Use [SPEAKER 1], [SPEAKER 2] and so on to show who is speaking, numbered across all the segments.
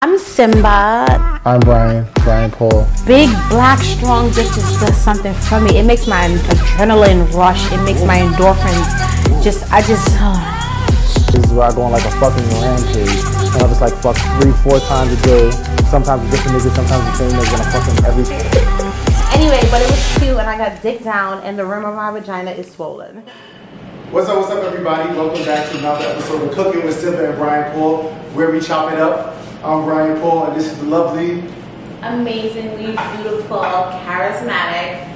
[SPEAKER 1] I'm Simba.
[SPEAKER 2] I'm Brian, Brian Paul.
[SPEAKER 1] Big, black, strong bitches does something for me. It makes my adrenaline rush. It makes my endorphins just, I just,
[SPEAKER 2] This is where I go on like a fucking rampage. And I'm just like fuck three, four times a day. Sometimes with different niggas, sometimes the same niggas, and I'm fucking every.
[SPEAKER 1] Anyway, but it was cute and I got dick down and the rim of my vagina is swollen.
[SPEAKER 3] What's up, what's up, everybody? Welcome back to another episode of Cooking with Simba and Brian Paul, where we chop it up. I'm Brian Paul, and this is the lovely.
[SPEAKER 4] amazingly beautiful, charismatic,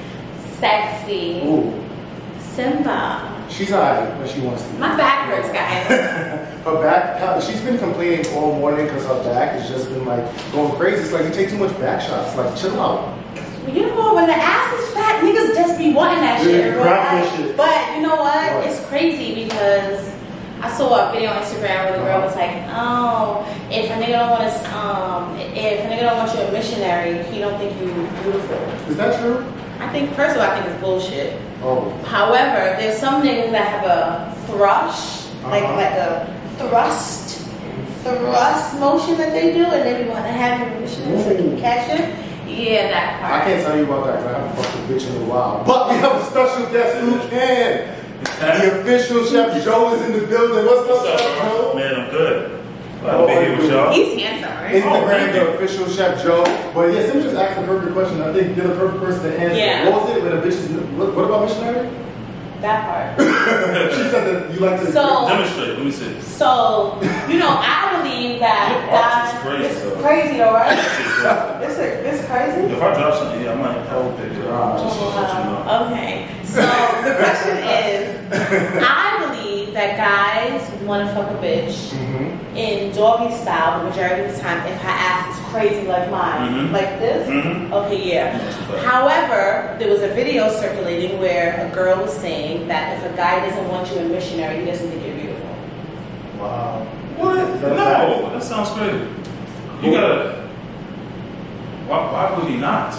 [SPEAKER 4] sexy
[SPEAKER 3] Ooh,
[SPEAKER 4] Simba.
[SPEAKER 3] oh, she's alright when she wants to. be.
[SPEAKER 4] My back hurts, guys.
[SPEAKER 3] Her back, uh, she's been complaining all morning because her back has just been like going crazy. It's like you take too much back shots. Like, chill out.
[SPEAKER 4] you know, when the ass is fat, niggas just be wanting that
[SPEAKER 3] Yeah,
[SPEAKER 4] shit. in real
[SPEAKER 3] grab that
[SPEAKER 4] life.
[SPEAKER 3] shit.
[SPEAKER 4] But you know what?
[SPEAKER 3] What?
[SPEAKER 4] It's crazy because I saw a video on Instagram where the
[SPEAKER 3] Uh-huh.
[SPEAKER 4] girl was like, "Oh, if a nigga don't want to, um, if a nigga don't want you a missionary, he don't think you beautiful."
[SPEAKER 3] Is that true?
[SPEAKER 4] I think first of all, I think it's bullshit.
[SPEAKER 3] Oh,
[SPEAKER 4] However, there's some niggas that have a thrush, like
[SPEAKER 3] Uh-huh.
[SPEAKER 4] like a thrust, thrust motion that they do, and they be wanting to have it motion so you can catch it. Yeah, that
[SPEAKER 3] I
[SPEAKER 4] part.
[SPEAKER 3] can't tell you about that because I haven't fucked a bitch in a while. But we have a special guest who can. The official chef Joe is in the building. What's up,
[SPEAKER 5] What's up,
[SPEAKER 3] Chef Joe?
[SPEAKER 5] bro? Man, I'm good. Glad to be here with y'all.
[SPEAKER 4] He's handsome, right?
[SPEAKER 3] Instagram,
[SPEAKER 5] thank Oh, you.
[SPEAKER 3] the official Chef Joe. But yes, I'm just asking the perfect question. I think you're the perfect person to answer.
[SPEAKER 4] Yeah.
[SPEAKER 3] What was it when a bitch is, what, what about missionary?
[SPEAKER 4] That part.
[SPEAKER 3] she said that you like to.
[SPEAKER 4] So-
[SPEAKER 5] Demonstrate. Let me see. This
[SPEAKER 4] So you know, I believe that
[SPEAKER 5] Your arch is
[SPEAKER 4] God-
[SPEAKER 5] crazy,
[SPEAKER 4] This is
[SPEAKER 5] though.
[SPEAKER 4] crazy though, right?
[SPEAKER 5] is crazy.
[SPEAKER 4] this is this crazy.
[SPEAKER 5] If I drop something, yeah, I might have a picture. I'll Just
[SPEAKER 4] Oh,
[SPEAKER 5] let you know.
[SPEAKER 4] wow. Okay. So the question is, I believe that guys want to fuck a bitch.
[SPEAKER 3] Mhm.
[SPEAKER 5] Mm-hmm.
[SPEAKER 4] in doggy style the majority of the time if her ass is crazy like mine,
[SPEAKER 5] Mhm.
[SPEAKER 4] like this.
[SPEAKER 5] Mhm.
[SPEAKER 4] Okay, yeah.
[SPEAKER 5] That's a fact.
[SPEAKER 4] However, there was a video circulating where a girl was saying that if a guy doesn't want you in missionary, he doesn't think you're beautiful.
[SPEAKER 3] Wow.
[SPEAKER 5] What?
[SPEAKER 3] That's
[SPEAKER 5] No, that sounds crazy. You
[SPEAKER 3] Cool.
[SPEAKER 5] gotta. Why, why would he not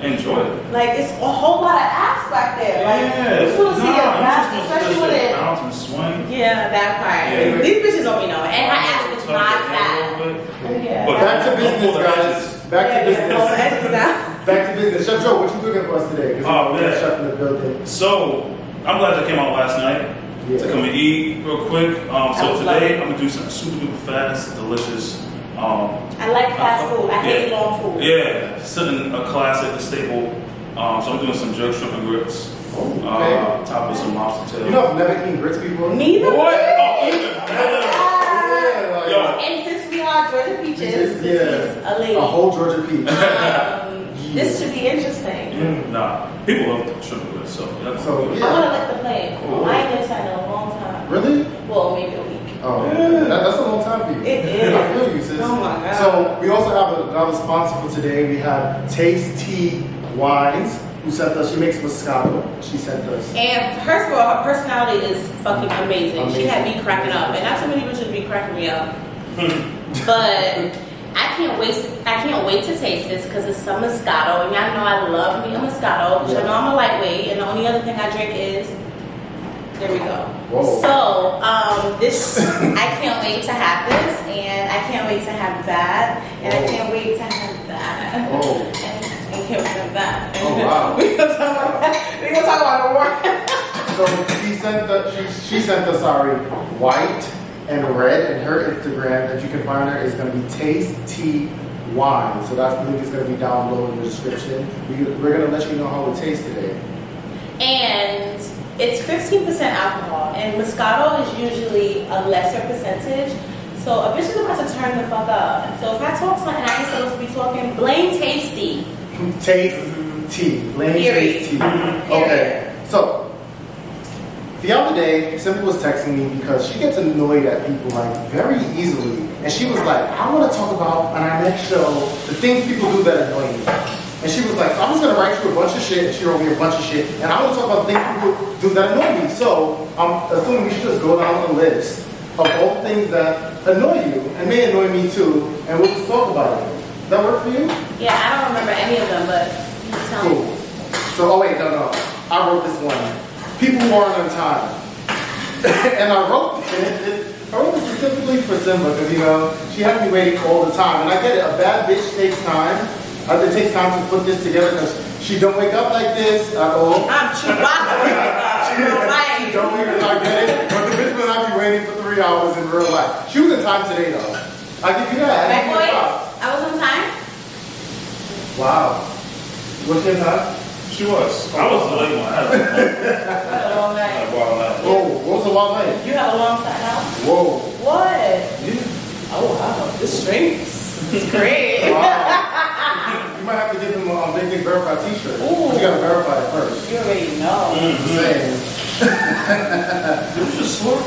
[SPEAKER 5] enjoy it?
[SPEAKER 4] Like it's a whole lot of ass back there. Like you just want to see
[SPEAKER 5] nah,
[SPEAKER 4] your
[SPEAKER 5] you
[SPEAKER 4] ass,
[SPEAKER 5] just wanna
[SPEAKER 4] especially
[SPEAKER 5] touch
[SPEAKER 4] when
[SPEAKER 5] that
[SPEAKER 4] it.
[SPEAKER 5] bounce and swing.
[SPEAKER 4] Yeah, that part.
[SPEAKER 5] Yeah.
[SPEAKER 4] These bitches don't be knowing, and her ass was
[SPEAKER 5] Tuck
[SPEAKER 4] not
[SPEAKER 5] your head a
[SPEAKER 4] fat.
[SPEAKER 5] little bit.
[SPEAKER 4] Yeah.
[SPEAKER 5] But
[SPEAKER 3] Back to
[SPEAKER 5] Don't pull
[SPEAKER 3] business,
[SPEAKER 5] the
[SPEAKER 3] guys.
[SPEAKER 5] edges.
[SPEAKER 3] Back to
[SPEAKER 4] yeah, yeah,
[SPEAKER 3] business.
[SPEAKER 4] don't exactly.
[SPEAKER 3] Back to business. Chef Joe, what you cooking for us today? 'Cause
[SPEAKER 5] Oh,
[SPEAKER 3] we got
[SPEAKER 5] man.
[SPEAKER 3] Chef in the building.
[SPEAKER 5] So I'm glad I came out last night
[SPEAKER 3] Yeah.
[SPEAKER 5] to come and eat real quick. Um,
[SPEAKER 4] That
[SPEAKER 5] so
[SPEAKER 4] was
[SPEAKER 5] today
[SPEAKER 4] lovely.
[SPEAKER 5] I'm gonna do something super duper fast, delicious. Um,
[SPEAKER 4] I like fast food. I hate
[SPEAKER 5] Yeah.
[SPEAKER 4] long food.
[SPEAKER 5] yeah, something a classic, a staple. Um, so I'm doing some jerk shrimp and grits,
[SPEAKER 3] Oh, okay.
[SPEAKER 5] uh, top with some lobster tail.
[SPEAKER 3] you know I've never eaten grits before.
[SPEAKER 4] Neither.
[SPEAKER 5] what? Oh,
[SPEAKER 4] one.
[SPEAKER 5] even better.
[SPEAKER 4] Ah.
[SPEAKER 3] Yeah, like,
[SPEAKER 5] Yo.
[SPEAKER 4] And since we are Georgia Peaches, this is
[SPEAKER 3] yeah. Oh.
[SPEAKER 4] a lady.
[SPEAKER 3] A whole Georgia peach.
[SPEAKER 4] Um, this should be interesting.
[SPEAKER 5] Yeah, nah, people love the shrimp and grits, so that's
[SPEAKER 3] So,
[SPEAKER 5] good.
[SPEAKER 3] yeah.
[SPEAKER 4] I want to lick the plate.
[SPEAKER 5] Ooh.
[SPEAKER 4] I ain't been inside in a long time.
[SPEAKER 3] really?
[SPEAKER 4] Well, maybe a week.
[SPEAKER 3] Oh,
[SPEAKER 5] Yeah.
[SPEAKER 3] that, that's a long time for you.
[SPEAKER 4] It is.
[SPEAKER 3] I feel you, sis.
[SPEAKER 4] Oh my God.
[SPEAKER 3] So we also have another sponsor for today. We have Taste Tea Wines, who sent us. She makes Moscato. She sent us.
[SPEAKER 4] And first of all, her personality is fucking amazing. She
[SPEAKER 3] Amazing.
[SPEAKER 4] had me cracking up, and not too many people should be cracking me up.
[SPEAKER 3] Hmm.
[SPEAKER 4] but I can't wait. I can't wait to taste this because it's some Moscato, and y'all know I love me a Moscato. Which
[SPEAKER 3] Yeah.
[SPEAKER 4] I know I'm a lightweight, and the only other thing I drink is. There we go.
[SPEAKER 3] Whoa.
[SPEAKER 4] So um, this, I can't wait to have this, and I can't wait to have that, and I
[SPEAKER 3] Whoa.
[SPEAKER 4] can't wait to have that.
[SPEAKER 3] Oh.
[SPEAKER 4] And I can't wait to have that.
[SPEAKER 3] Oh, wow.
[SPEAKER 4] we gonna talk about that. We gonna talk about the war.
[SPEAKER 3] So she sent us. She, she sent us. Sorry, white and red, and her Instagram that you can find her is going to be Taste Tea Wine. So that's the link is going to be down below in the description. We, we're going to let you know how it tastes today.
[SPEAKER 4] and it's 15% alcohol, and Moscato is usually a lesser percentage. So a bitch is about to turn the fuck up. So if I talk something I ain't supposed to be talking, blame tasty.
[SPEAKER 3] Taste tea. Lane
[SPEAKER 4] Period.
[SPEAKER 3] taste tea. Okay. So the other day, Simple was texting me because she gets annoyed at people like very easily. And she was like, I want to talk about on our next show the things people do that annoy me. And she was like, so I'm just gonna write you a bunch of shit, and she wrote me a bunch of shit, and I want to talk about the things people do that annoy me. So I'm assuming we should just go down the list of all the things that annoy you, and may annoy me too, and we'll just talk about it. Does that work for you?
[SPEAKER 4] Yeah, I don't remember any of them, but you tell me.
[SPEAKER 3] Cool. So, oh wait, no, no. I wrote this one. People who aren't on time. and I wrote it. I wrote this specifically for Simba because you know she had me waiting all the time, and I get it. A bad bitch takes time. Uh, it takes time to put this together because she don't wake up like this. Uh oh.
[SPEAKER 4] I'm Chewbacca.
[SPEAKER 3] Don't wake up like that. But the bitch will not be waiting for three hours in real life. She was in time today though. I give you that. I
[SPEAKER 4] Back
[SPEAKER 3] didn't wake up.
[SPEAKER 4] boys, I was on time.
[SPEAKER 3] Wow. What's your time?
[SPEAKER 5] She was. I was the late one. I had
[SPEAKER 4] I had a long
[SPEAKER 5] a
[SPEAKER 4] night.
[SPEAKER 5] wild night.
[SPEAKER 3] Whoa. Oh, What was the wild night?
[SPEAKER 4] You have a long time now.
[SPEAKER 3] Whoa.
[SPEAKER 4] What?
[SPEAKER 3] Yeah.
[SPEAKER 4] Oh wow, this drinks. It's great.
[SPEAKER 3] Wow. you might have to give him a um, Big Dick Verified t-shirt. But you gotta verify it first.
[SPEAKER 4] You already know.
[SPEAKER 3] I'm saying.
[SPEAKER 5] Did we just slurp?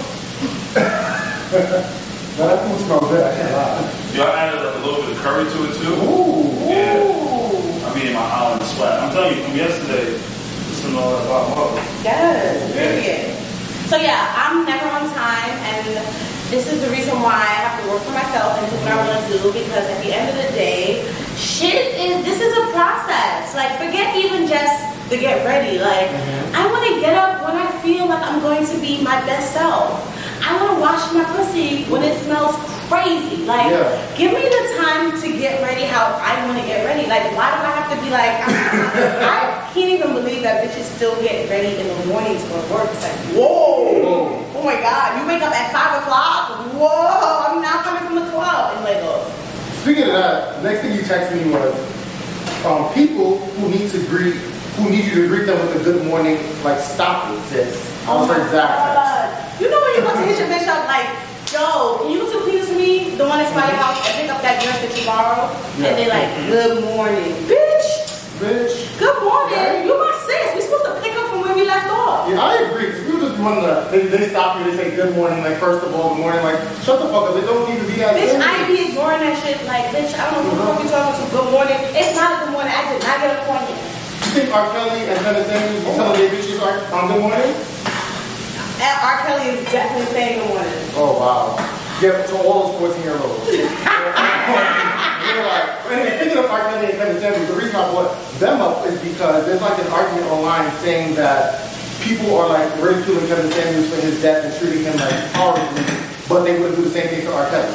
[SPEAKER 3] But that food smells good, I can't lie.
[SPEAKER 5] Y'all added like a little bit of curry to it too.
[SPEAKER 3] Ooh.
[SPEAKER 4] Mm.
[SPEAKER 5] Yeah.
[SPEAKER 4] Ooh,
[SPEAKER 5] I'm eating my island splat. I'm telling you, from yesterday, this is all about mother.
[SPEAKER 4] yes, period. So yeah, I'm never on time, and this is the reason why I have to work for myself and do what I want to do. Because at the end of the day, shit is this is a process. Like, forget even just the get ready. Like, I want to get up when I feel like I'm going to be my best self. I want to wash my pussy when it smells crazy. Like,
[SPEAKER 3] Yeah.
[SPEAKER 4] give me the time to get ready how I want to get ready. Like, why do I have to be like, I can't even believe that bitches still get ready in the mornings for work. It's like, whoa, oh my God, you wake up at 5 o'clock? Whoa, I'm not coming from the club uh, in Lagos.
[SPEAKER 3] Speaking of that, the next thing you texted me was um, people who need to greet, who need you to greet them with a good morning, like stop with this. I was her exact text.
[SPEAKER 4] God. You know when you want to hit your bitch up like, yo, can you come to please me, the one that's by your house, and pick up that dress that you borrowed? And they like, good morning. Bitch,
[SPEAKER 3] Bitch.
[SPEAKER 4] good morning. You my sis. We supposed to pick up from where we left off.
[SPEAKER 3] Yeah, I agree. 'cause people just want to, they, they stop you, they say good morning, like first of all, good morning, like shut the fuck up, they don't need to be that
[SPEAKER 4] Bitch,
[SPEAKER 3] good.
[SPEAKER 4] I be ignoring that shit. Like, bitch, I don't know who the fuck you talking to. Good morning. It's not a good morning. I did not get a morning.
[SPEAKER 3] You think R. Kelly and Jenna James, you telling their bitches are on good morning?
[SPEAKER 4] And R. Kelly is definitely saying good morning.
[SPEAKER 3] Oh, wow. Give to all those 14 year olds. Anyway, speaking of R. Kelly and Kevin Samuels, the reason I brought them up is because there's like an argument online saying that people are like ridiculing Kevin Samuels for his death and treating him like horribly, but they would do the same thing to R. Kelly.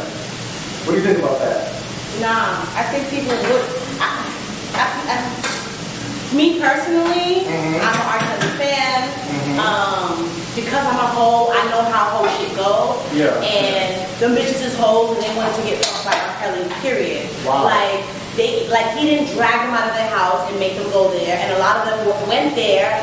[SPEAKER 3] What do you think about that?
[SPEAKER 4] Nah, I think people would. I, I, I, me personally, I'm an R. Kelly fan. Um, because I'm a hoe, I know how hoe shit go.
[SPEAKER 3] Yeah.
[SPEAKER 4] And them bitches is hoes, and they wanted to get fucked by R. Kelly. Period.
[SPEAKER 3] Wow.
[SPEAKER 4] Like they, like he didn't drag them out of their house and make them go there. And a lot of them w- went there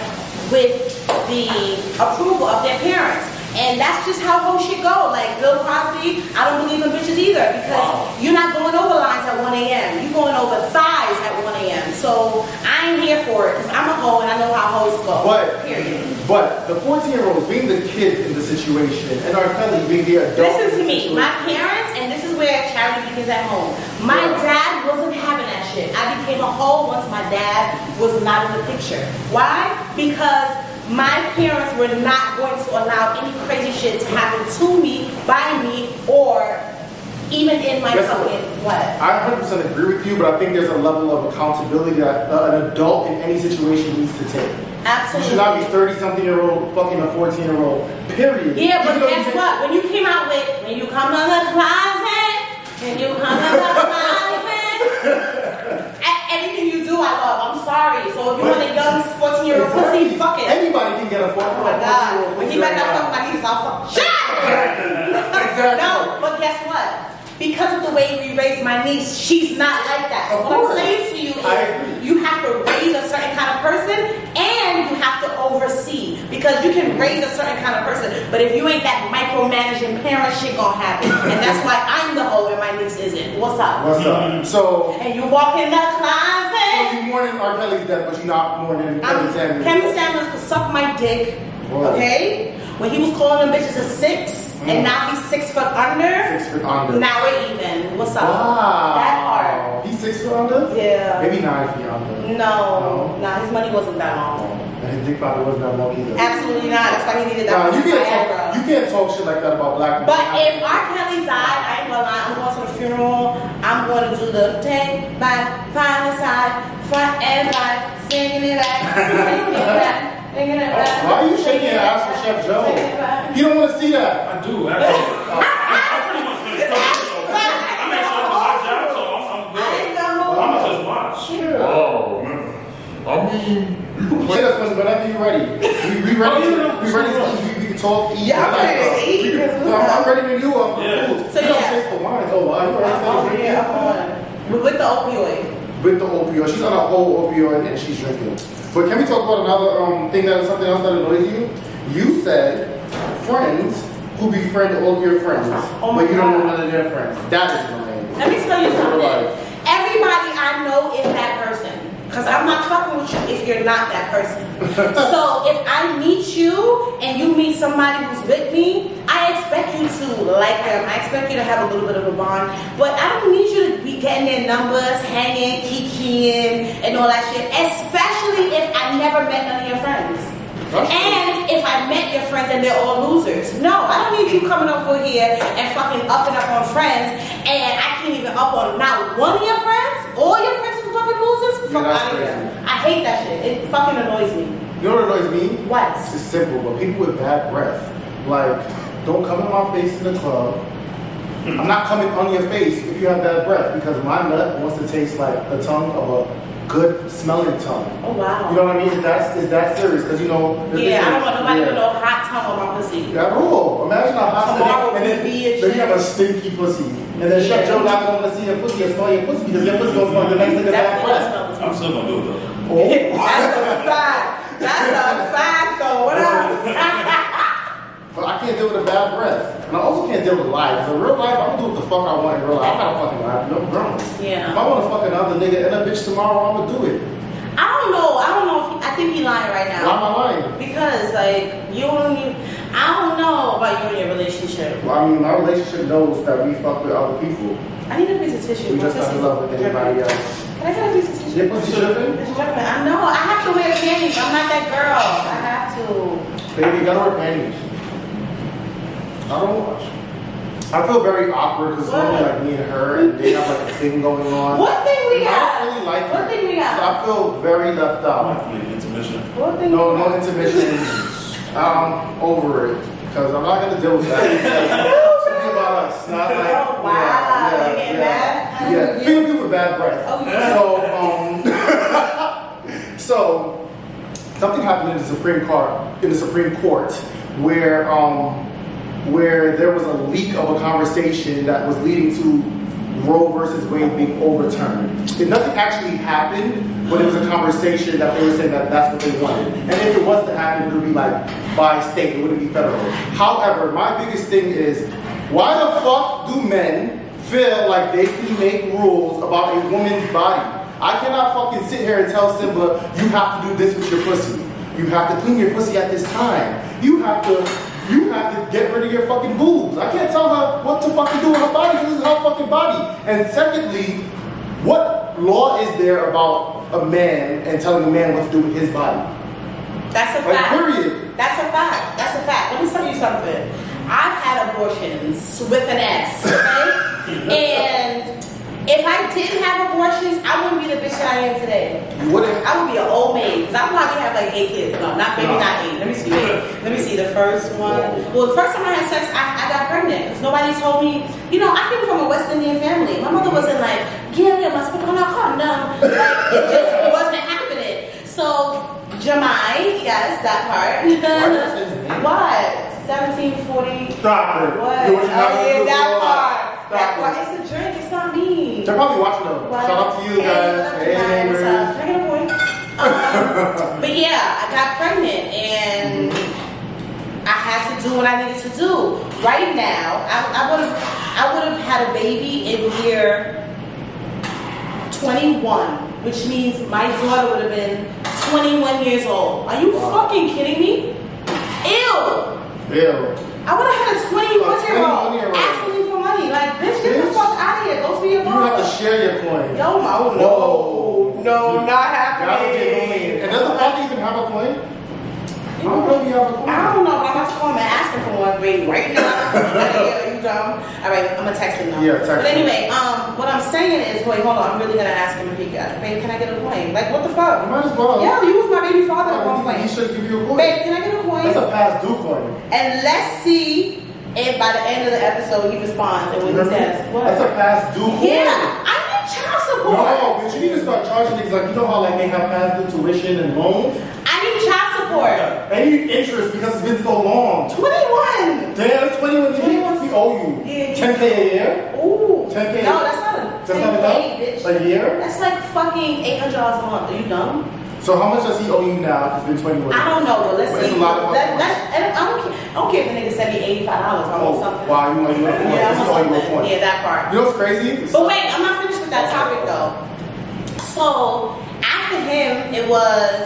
[SPEAKER 4] with the approval of their parents. And that's just how hoe shit go. Like Bill Cosby, I don't believe in bitches either because
[SPEAKER 5] Wow.
[SPEAKER 4] you're not going over lines at 1 a.m. You're going over thighs at 1 a.m. So I ain't here for it because I'm a hoe and I know how hoes go.
[SPEAKER 3] But,
[SPEAKER 4] Period.
[SPEAKER 3] but the 14 year olds being the kid in the situation and R. Kelly being the adult. in
[SPEAKER 4] Listen
[SPEAKER 3] the
[SPEAKER 4] to me.
[SPEAKER 3] situation.
[SPEAKER 4] My parents, and this is where charity begins at home. My
[SPEAKER 3] Yeah.
[SPEAKER 4] dad wasn't having that shit. I became a hoe once my dad was not in the picture. Why? Because my parents were not going to allow any crazy shit to happen to me, by me, or even in my
[SPEAKER 3] Listen.
[SPEAKER 4] fucking what?
[SPEAKER 3] I 100% agree with you, but I think there's a level of accountability that uh, an adult in any situation needs to take. You
[SPEAKER 4] Absolutely.
[SPEAKER 3] should not be 30 something year old fucking a 14 year old, period.
[SPEAKER 4] Yeah, but
[SPEAKER 3] Even though you
[SPEAKER 4] guess
[SPEAKER 3] think-
[SPEAKER 4] what? When you came out with, when you come out of the closet, when you come out of the closet, a- anything you do, I love. I'm sorry. So if you want a young 14 year old
[SPEAKER 3] Exactly.
[SPEAKER 4] pussy, fuck it.
[SPEAKER 3] Anybody can get a 14 year
[SPEAKER 4] Oh
[SPEAKER 3] old.
[SPEAKER 4] my god. When he met that fuck my knees, I'll fuck. Shut up!
[SPEAKER 3] Exactly.
[SPEAKER 4] No, but guess what? Because of the way we raised my niece, she's not like that. So
[SPEAKER 3] Of
[SPEAKER 4] what I'm
[SPEAKER 3] course.
[SPEAKER 4] saying to you
[SPEAKER 3] I
[SPEAKER 4] is
[SPEAKER 3] agree.
[SPEAKER 4] you have to raise a certain kind of person and you have to oversee. Because you can raise a certain kind of person, but if you ain't that micromanaging parent shit gonna happen. And that's why I'm the hoe and my niece isn't. What's up?
[SPEAKER 3] What's up? So,
[SPEAKER 4] And you walk in that
[SPEAKER 3] so
[SPEAKER 4] closet.
[SPEAKER 3] you mourning R. Kelly's death, but you're not mourning Kevin
[SPEAKER 4] I'm,
[SPEAKER 3] Samuels.
[SPEAKER 4] Um, Kevin Samuels could suck my dick,
[SPEAKER 3] Whoa. Mm.
[SPEAKER 4] okay? When he was calling them bitches a six, and now he's six foot under,
[SPEAKER 3] Six foot under.
[SPEAKER 4] now we're even. What's up?
[SPEAKER 3] Wow.
[SPEAKER 4] That part.
[SPEAKER 3] He's six foot under?
[SPEAKER 4] Yeah.
[SPEAKER 3] Maybe nine feet under.
[SPEAKER 4] No, nah, his money wasn't that long.
[SPEAKER 3] And his dick probably wasn't that long either.
[SPEAKER 4] Absolutely not. That's why he needed that
[SPEAKER 3] Nah, you can't
[SPEAKER 4] Viagra.
[SPEAKER 3] talk. You can't talk shit like that about black people.
[SPEAKER 4] But if R. Kelly died, I ain't gonna lie, I'm going to the funeral. I'm going to do the take by final side, front and back, singing it back, singing it back,
[SPEAKER 3] Oh,
[SPEAKER 4] singing it back.
[SPEAKER 3] why are you shaking your ass for Chef Joe?
[SPEAKER 4] singing it back.
[SPEAKER 3] You don't want to see that.
[SPEAKER 5] I do, actually. I pretty much finished cooking, so I make sure I do my job, so I'm, I'm good. I'm gonna just watch.
[SPEAKER 6] Wow, man. I mean, you can
[SPEAKER 3] Hit
[SPEAKER 6] play.
[SPEAKER 3] us when- whenever you're ready. We, we ready.
[SPEAKER 5] Oh, yeah.
[SPEAKER 3] to, we ready. To, we, we can talk. Eat.
[SPEAKER 7] Y'all ready to
[SPEAKER 3] whatever.
[SPEAKER 7] eat?
[SPEAKER 3] We can- no, I'm ready to do up the
[SPEAKER 5] Yeah.
[SPEAKER 3] food.
[SPEAKER 4] So,
[SPEAKER 3] You know,
[SPEAKER 4] yeah.
[SPEAKER 3] since the wine. Oh, wow. You
[SPEAKER 7] Oh, yeah,
[SPEAKER 3] already yeah.
[SPEAKER 7] hold on. With the opioid.
[SPEAKER 3] With the opioid, she's on a whole opioid and she's drinking. But can we talk about another um, thing that is something else that annoys you? You said friends who befriend all your friends,
[SPEAKER 4] Oh my
[SPEAKER 3] but you don't know
[SPEAKER 4] God.
[SPEAKER 3] none of their friends. That is annoying.
[SPEAKER 4] Let me tell you
[SPEAKER 3] Everybody.
[SPEAKER 4] something. Everybody I know is that person. Cause I'm not fucking with you if you're not that person. so if I meet you and you meet somebody who's with me, I expect you to like them. I expect you to have a little bit of a bond. But I don't need you to be getting their numbers, hanging, kikiing, and all that shit. Especially if I never met none of your friends.
[SPEAKER 3] That's true.
[SPEAKER 4] And if I met your friends and they're all losers, no, I don't need you coming up over here and fucking up and up on friends, and I can't even up on not one of your friends. All your friends are fucking losers. Fuck
[SPEAKER 3] Yeah, that's
[SPEAKER 4] out of
[SPEAKER 3] crazy.
[SPEAKER 4] here. I hate that shit. It fucking annoys me.
[SPEAKER 3] You know what annoys me?
[SPEAKER 4] What?
[SPEAKER 3] It's simple, but people with bad breath, like, don't come in my face in the club. I'm not coming on your face if you have bad breath because my nut wants to taste like the tongue of a good smelling tongue.
[SPEAKER 4] Oh wow.
[SPEAKER 3] You know what I mean? Is that is that serious? Because you know. the
[SPEAKER 4] yeah, I
[SPEAKER 3] thing
[SPEAKER 4] don't
[SPEAKER 3] is-
[SPEAKER 4] want nobody
[SPEAKER 3] yeah.
[SPEAKER 4] with no hot tongue on my pussy.
[SPEAKER 3] At all. Imagine a
[SPEAKER 4] Tomorrow
[SPEAKER 3] hospital and then,
[SPEAKER 4] will be a
[SPEAKER 3] then you have a
[SPEAKER 4] chance.
[SPEAKER 3] stinky pussy. And then shut your mouth and want to see your pussy and smell your pussy because your pussy goes smell the next nigga's bad
[SPEAKER 4] Definitely
[SPEAKER 3] breath.
[SPEAKER 4] smells
[SPEAKER 5] I'm still gonna do it though.
[SPEAKER 3] Oh.
[SPEAKER 7] That's a fact. That's a fact, though. What up?
[SPEAKER 3] But I can't deal with a bad breath. And I also can't deal with lies. In real life, I'm gonna do what the fuck I want in real life. I'm not a fucking liar. No grown.
[SPEAKER 4] Yeah.
[SPEAKER 3] If I wanna fuck another nigga and a bitch tomorrow, I'm gonna do it.
[SPEAKER 4] I don't know. I don't know. If I think he lying right
[SPEAKER 3] Why
[SPEAKER 4] now.
[SPEAKER 3] am I lying?
[SPEAKER 4] Because like you don't even. I don't know about you and your relationship.
[SPEAKER 3] Well, I mean, my relationship knows that we fuck with other people.
[SPEAKER 4] I need a piece of tissue.
[SPEAKER 3] We
[SPEAKER 4] My
[SPEAKER 3] just not
[SPEAKER 4] pussy's
[SPEAKER 3] in love with anybody
[SPEAKER 4] dripping.
[SPEAKER 3] else.
[SPEAKER 4] Can I get a piece of tissue?
[SPEAKER 3] Your pussy dripping?
[SPEAKER 4] It's dripping. I know. I have to wear panties. I'm not that girl. I have to.
[SPEAKER 3] Baby, you gotta wear panties. I don't watch. I feel very awkward because it's only
[SPEAKER 4] What?
[SPEAKER 3] like me and her and they have like a thing going on.
[SPEAKER 4] What thing we
[SPEAKER 3] I
[SPEAKER 4] got?
[SPEAKER 3] don't really like
[SPEAKER 4] What
[SPEAKER 3] it.
[SPEAKER 4] thing we
[SPEAKER 3] So
[SPEAKER 4] got?
[SPEAKER 3] I feel very left
[SPEAKER 5] I
[SPEAKER 3] out.
[SPEAKER 5] might have to make an intermission.
[SPEAKER 4] What thing?
[SPEAKER 3] No, no intermission. I'm over it because I'm not gonna deal with that. It's really about us, not like
[SPEAKER 4] Oh, wow.
[SPEAKER 3] yeah,
[SPEAKER 4] You
[SPEAKER 3] yeah,
[SPEAKER 4] getting
[SPEAKER 3] yeah.
[SPEAKER 4] mad?
[SPEAKER 3] yeah. People do with bad breath.
[SPEAKER 4] Oh,
[SPEAKER 3] So,
[SPEAKER 4] yeah.
[SPEAKER 3] um, so something happened in the Supreme Court, in the Supreme Court, where um, where there was a leak of a conversation that was leading to Roe versus Wade being overturned. And nothing actually happened, but it was a conversation that they were saying that that's what they wanted. And if it was to happen, it would be like by state, it wouldn't be federal. However, my biggest thing is why the fuck do men feel like they can make rules about a woman's body? I cannot fucking sit here and tell Simba, you have to do this with your pussy. You have to clean your pussy at this time. You have to, you have to get rid of your fucking boobs. I can't tell her what to fucking do with her body because this is her fucking body. And secondly, what law is there about a man and telling a man what to do with his body?
[SPEAKER 4] That's a
[SPEAKER 3] Like,
[SPEAKER 4] fact.
[SPEAKER 3] period.
[SPEAKER 4] That's a fact. That's a fact. Let me tell you something. I've had abortions with an S, okay? and if I didn't have abortions, I wouldn't be the bitch that I am today.
[SPEAKER 3] You wouldn't.
[SPEAKER 4] I would be an old maid because I probably have like eight kids. No, not maybe
[SPEAKER 5] No.
[SPEAKER 4] not eight. Let me see. Wait, let me see. The first one. Well, the first time I had sex, I, I got pregnant because nobody told me. You know, I came from a West Indian family. My mother wasn't like, yeah, yeah, must put on our car. No, like, it just wasn't happening. So, Jemai, yes, that part. what? 1740.
[SPEAKER 3] Stop it. You
[SPEAKER 4] What? Oh,
[SPEAKER 3] wouldn't have to
[SPEAKER 4] yeah,
[SPEAKER 3] do
[SPEAKER 4] that
[SPEAKER 3] all
[SPEAKER 4] part. That
[SPEAKER 3] Stop
[SPEAKER 4] part.
[SPEAKER 3] it.
[SPEAKER 4] It's a drink. It's not me.
[SPEAKER 3] They're probably watching though. Shout out to you guys. Hey, neighbors.
[SPEAKER 4] Um, but yeah, I got pregnant and I had to do what I needed to do. Right now, I would have I would have had a baby in year 21, which means my daughter would have been 21 years old. Are you fucking kidding me? Ew!
[SPEAKER 3] Ew.
[SPEAKER 4] I would have had a 21 year old
[SPEAKER 3] 21-year-old.
[SPEAKER 4] asking me for money. Like, bitch, get the
[SPEAKER 3] Bitch.
[SPEAKER 4] fuck out of here. Go to your
[SPEAKER 3] You have
[SPEAKER 4] mom.
[SPEAKER 3] to share your coin.
[SPEAKER 4] Yo, my
[SPEAKER 3] Whoa.
[SPEAKER 7] No, no, not
[SPEAKER 3] Y'all can take
[SPEAKER 7] happening.
[SPEAKER 3] it. And does the father even have a coin? I don't know if you have a coin.
[SPEAKER 4] I don't know. I'm about to call him and ask him for one, baby, right now. Are you dumb? All right, I'm gonna text him now.
[SPEAKER 3] Yeah, text
[SPEAKER 4] But
[SPEAKER 3] him.
[SPEAKER 4] anyway, um, what I'm saying is, wait, hold on. I'm really gonna ask him if he got, babe, can I get a coin? Like, what the
[SPEAKER 3] You
[SPEAKER 4] fuck?
[SPEAKER 3] might as well.
[SPEAKER 4] Yeah, you was my baby father at
[SPEAKER 3] Like,
[SPEAKER 4] one point.
[SPEAKER 3] he, he should give you a coin.
[SPEAKER 4] Babe, can I get a coin?
[SPEAKER 3] That's a past due coin.
[SPEAKER 4] And let's see And by the end of the episode, he responds and what he says, what?
[SPEAKER 3] That's a past due. coin.
[SPEAKER 4] Yeah, I need child support.
[SPEAKER 3] No, but you need to start charging things like you know how like they have past due tuition and loans.
[SPEAKER 4] I need child support.
[SPEAKER 3] Any interest because it's been so long.
[SPEAKER 4] 21.
[SPEAKER 3] Damn, it's 21 years. We owe you.
[SPEAKER 4] Yeah.
[SPEAKER 3] 10k a year?
[SPEAKER 4] Ooh.
[SPEAKER 3] 10K.
[SPEAKER 4] No, that's not a
[SPEAKER 3] That's not
[SPEAKER 4] 10K, bitch.
[SPEAKER 3] enough? A year?
[SPEAKER 4] That's like fucking $800 a month. Are you dumb?
[SPEAKER 3] So how much does he owe you now if it's been 21 years?
[SPEAKER 4] I don't know, but let's
[SPEAKER 3] But
[SPEAKER 4] say
[SPEAKER 3] it's a lot of
[SPEAKER 4] let,
[SPEAKER 3] money.
[SPEAKER 4] let, I don't care. I don't care if the nigga sent me eighty-five dollars. I want
[SPEAKER 3] Oh,
[SPEAKER 4] something.
[SPEAKER 3] wow, you might you might-
[SPEAKER 4] Yeah,
[SPEAKER 3] this
[SPEAKER 4] I
[SPEAKER 3] is all
[SPEAKER 4] want
[SPEAKER 3] you want
[SPEAKER 4] something.
[SPEAKER 3] point.
[SPEAKER 4] Yeah, that part.
[SPEAKER 3] You know what's crazy?
[SPEAKER 4] But wait, I'm not finished with that topic though. So after him, it was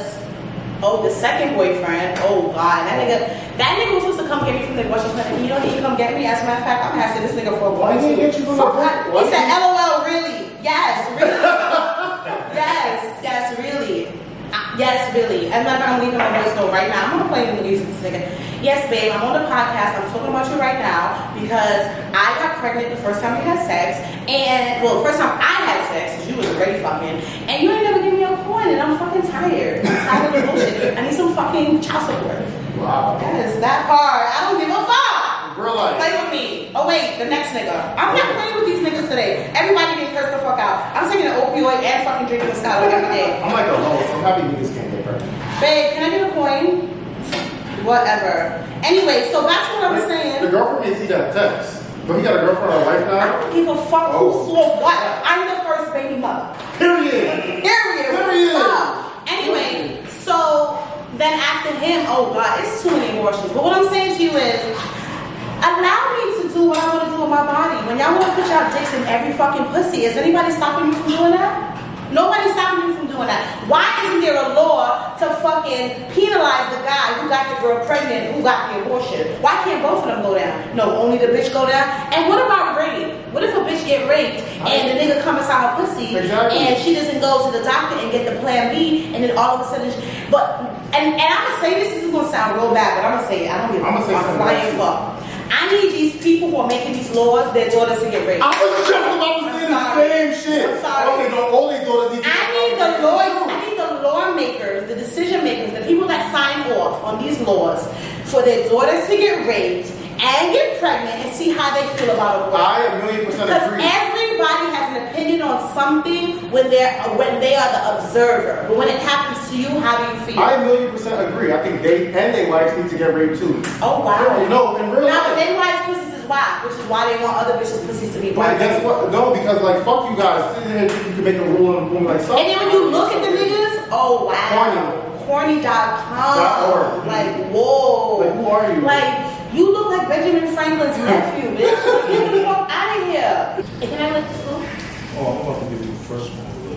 [SPEAKER 4] oh the second boyfriend. Oh god, that nigga, that nigga was supposed to come get me from the Washington. and He don't even come get me. As a matter of fact, I'm asking this nigga for a
[SPEAKER 3] Why
[SPEAKER 4] boy.
[SPEAKER 3] didn't he get you from the
[SPEAKER 4] Fuck, I-
[SPEAKER 3] why
[SPEAKER 4] He said,
[SPEAKER 3] didn't
[SPEAKER 4] "LOL, really? Yes, really? yes, yes, really." Uh, Yes, really. As a matter of fact, I'm leaving my voice note right now. I'm gonna play the music this nigga. Yes, babe, I'm on the podcast. I'm talking about you right now because I got pregnant the first time we had sex, and well, first time I had sex, 'cause you was already fucking, and you ain't never give me a coin, and I'm fucking tired. I'm tired of the bullshit. I need some fucking child support.
[SPEAKER 3] Wow.
[SPEAKER 4] That is that hard. I don't give a fuck.
[SPEAKER 3] Real life.
[SPEAKER 4] Play with me. Oh wait, the next nigga. I'm not playing with these niggas today. Everybody can curse the fuck out. I'm taking an opioid and fucking drinking a Scott every day.
[SPEAKER 3] I'm like a host. I'm happy niggas can't get pregnant.
[SPEAKER 4] Babe, can I get a coin? Whatever. Anyway, so back to what I was
[SPEAKER 3] The
[SPEAKER 4] saying.
[SPEAKER 3] girlfriend may see that text. But he got a girlfriend or a wife
[SPEAKER 4] I
[SPEAKER 3] now?
[SPEAKER 4] don't give a fuck who
[SPEAKER 3] Oh.
[SPEAKER 4] swore what. I'm the first baby mother.
[SPEAKER 3] Period.
[SPEAKER 4] Period.
[SPEAKER 3] Period.
[SPEAKER 4] Stop. Anyway, so then after him, oh God, it's too many abortions. But what I'm saying to you is, allow me to do what I want to do with my body. When y'all want to put y'all dicks in every fucking pussy, is anybody stopping you from doing that? Nobody's stopping you from doing that. Why isn't there a law to fucking penalize the guy who got the girl pregnant, who got the abortion? Why can't both of them go down? No, only the bitch go down. And what about rape? What if a bitch get raped and the nigga come inside her pussy
[SPEAKER 3] Exactly.
[SPEAKER 4] and she doesn't go to the doctor and get the plan B, and then all of a sudden, she, but and, and I'm gonna say this, this is gonna sound real bad, but I'm gonna say it. I don't give a
[SPEAKER 3] I'ma say
[SPEAKER 4] fuck.
[SPEAKER 3] something
[SPEAKER 4] flying fuck. I need these people who are making these laws, their daughters to get raped.
[SPEAKER 3] I was just about to say the same shit.
[SPEAKER 4] I'm sorry.
[SPEAKER 3] Okay, the only daughters need to
[SPEAKER 4] I need the law. I need the lawmakers, the decision makers, the people that sign off on these laws for their daughters to get raped and get pregnant and see how they feel about abortion.
[SPEAKER 3] I a million percent
[SPEAKER 4] Because
[SPEAKER 3] agree.
[SPEAKER 4] everybody has an opinion on something when they're when they are the observer. But when it happens to you, how do you feel?
[SPEAKER 3] I a million percent agree. I think they and their wives need to get raped too.
[SPEAKER 4] oh wow.
[SPEAKER 3] No, no, in real
[SPEAKER 4] Now,
[SPEAKER 3] life.
[SPEAKER 4] but they wives' pussies is whack, which is why they want other bitches' pussies to be
[SPEAKER 3] Like,
[SPEAKER 4] whack.
[SPEAKER 3] guess what? No, because like, fuck you guys. Sit here and think you can make a rule in the room like something.
[SPEAKER 4] And then when you look at the niggas, oh wow. Corny.
[SPEAKER 3] Dot
[SPEAKER 4] Corny.com.
[SPEAKER 3] org.
[SPEAKER 4] Like, whoa.
[SPEAKER 3] Like, who are you?
[SPEAKER 4] Like, you look like Benjamin Franklin's nephew, bitch. Get the fuck out of here. Can I look this up?
[SPEAKER 5] Oh, I'm about to give you the first one.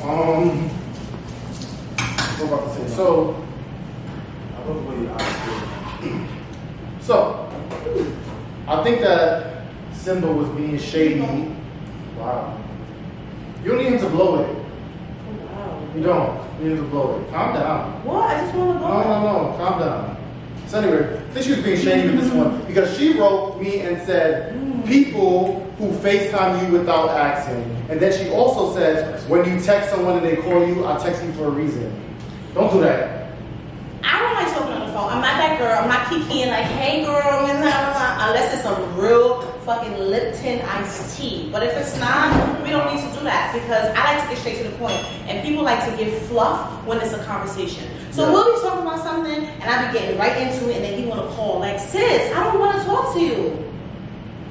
[SPEAKER 5] Look.
[SPEAKER 3] Um, what about to say? So,
[SPEAKER 5] I love the way your eyes feel.
[SPEAKER 3] so, I think that Simba was being shady. Wow. You don't need him to blow it. You don't need him to blow it. Calm down.
[SPEAKER 4] What? I just want to
[SPEAKER 3] No,
[SPEAKER 4] go.
[SPEAKER 3] no, no, calm down. So anyway, I think she was being shady with this one because she wrote me and said, people who FaceTime you without asking. And then she also says, when you text someone and they call you, I text you for a reason. Don't do that.
[SPEAKER 4] I don't like talking on the phone. I'm not that girl. I'm not kikiing like, hey girl, blah, blah, blah, unless it's some real fucking Lipton iced tea. But if it's not, we don't need to do that because I like to get straight to the point. And people like to give fluff when it's a conversation. So
[SPEAKER 3] Yeah.
[SPEAKER 4] we'll be talking about something and I'll be getting right into it and then he wanna call like, sis, I don't wanna talk to you.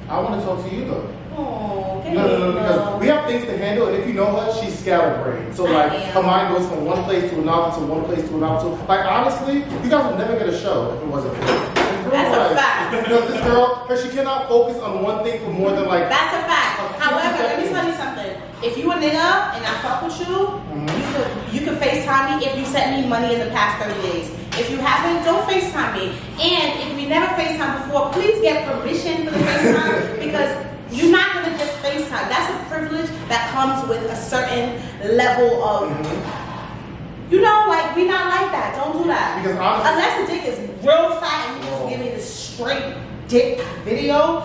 [SPEAKER 3] I want to talk to you though.
[SPEAKER 4] Oh, okay.
[SPEAKER 3] No, no, no, because we have things to handle, and if you know her, she's scatterbrained. So like,
[SPEAKER 4] I am.
[SPEAKER 3] her mind goes from one place to another, to one place to another. To, like honestly, you guys would never get a show if it wasn't for her.
[SPEAKER 4] That's a
[SPEAKER 3] Like,
[SPEAKER 4] fact.
[SPEAKER 3] Because this girl, because she cannot focus on one thing for more than like
[SPEAKER 4] That's a fact. However, let me tell you something. If you a nigga and I fuck with you, you could you could FaceTime me if you sent me money in the past 30 days. If you haven't, don't FaceTime me. And if we never FaceTime before, please get permission for the FaceTime because you're not gonna just FaceTime. That's a privilege that comes with a certain level of you know, like we not like that. Don't do that.
[SPEAKER 3] Because honestly-
[SPEAKER 4] unless the dick is real fat and you just give me the straight dick video,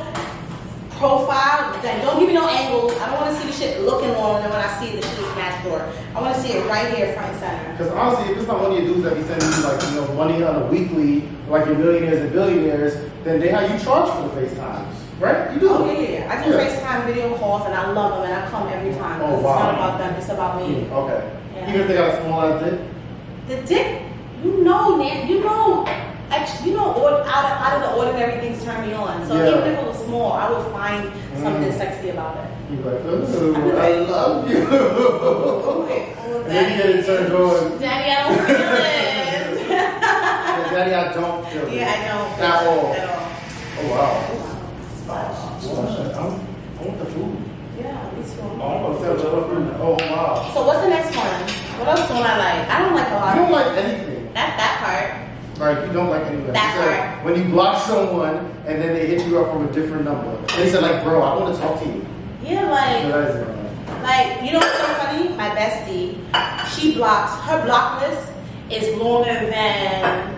[SPEAKER 4] profile. Like, don't give me no angles. I don't want to see the shit looking long, and then when I see it, the shit is match door. I want to see it right here, front and center.
[SPEAKER 3] Because honestly, if it's not one of your dudes that be sending you like you know money on a weekly, like your millionaires and billionaires, then they how you charge for the FaceTimes, right? You do.
[SPEAKER 4] Oh yeah, yeah. I do
[SPEAKER 3] Yeah.
[SPEAKER 4] FaceTime video calls, and I love them, and I come every time because
[SPEAKER 3] Oh,
[SPEAKER 4] it's
[SPEAKER 3] wow.
[SPEAKER 4] not about them, it's about me.
[SPEAKER 3] Mm, Okay.
[SPEAKER 4] Yeah.
[SPEAKER 3] Even if they got a small ass dick.
[SPEAKER 4] The dick, you know, Nan, you know, ex- you know, or- out of, out of the ordinary things turn me on. So
[SPEAKER 3] Yeah. Mm.
[SPEAKER 4] even if it was small, I would find something sexy about it.
[SPEAKER 3] You be like, ooh, I love you.
[SPEAKER 4] Oh,
[SPEAKER 3] And then you get it turned on.
[SPEAKER 4] Daddy, I don't feel this.
[SPEAKER 3] And daddy, I don't feel it.
[SPEAKER 4] yeah, I don't. feel
[SPEAKER 3] At all.
[SPEAKER 4] it At all.
[SPEAKER 3] Oh wow. Wow. I'm- I want the food.
[SPEAKER 4] Yeah, me too.
[SPEAKER 3] Oh, I'm gonna sell the other food. Oh wow.
[SPEAKER 4] So what's the next one? What else don't I like? I don't like a
[SPEAKER 3] I
[SPEAKER 4] lot.
[SPEAKER 3] don't
[SPEAKER 4] Not
[SPEAKER 3] like anything.
[SPEAKER 4] that
[SPEAKER 3] Right, you don't like any of that.
[SPEAKER 4] That
[SPEAKER 3] He said,
[SPEAKER 4] part.
[SPEAKER 3] When you block someone and then they hit you up from a different number. And he said, like, bro, I want to talk to you.
[SPEAKER 4] part. Yeah,
[SPEAKER 3] So
[SPEAKER 4] like.
[SPEAKER 3] that is uh,
[SPEAKER 4] Like, you know what's so funny? My bestie, she blocks, her block list is longer than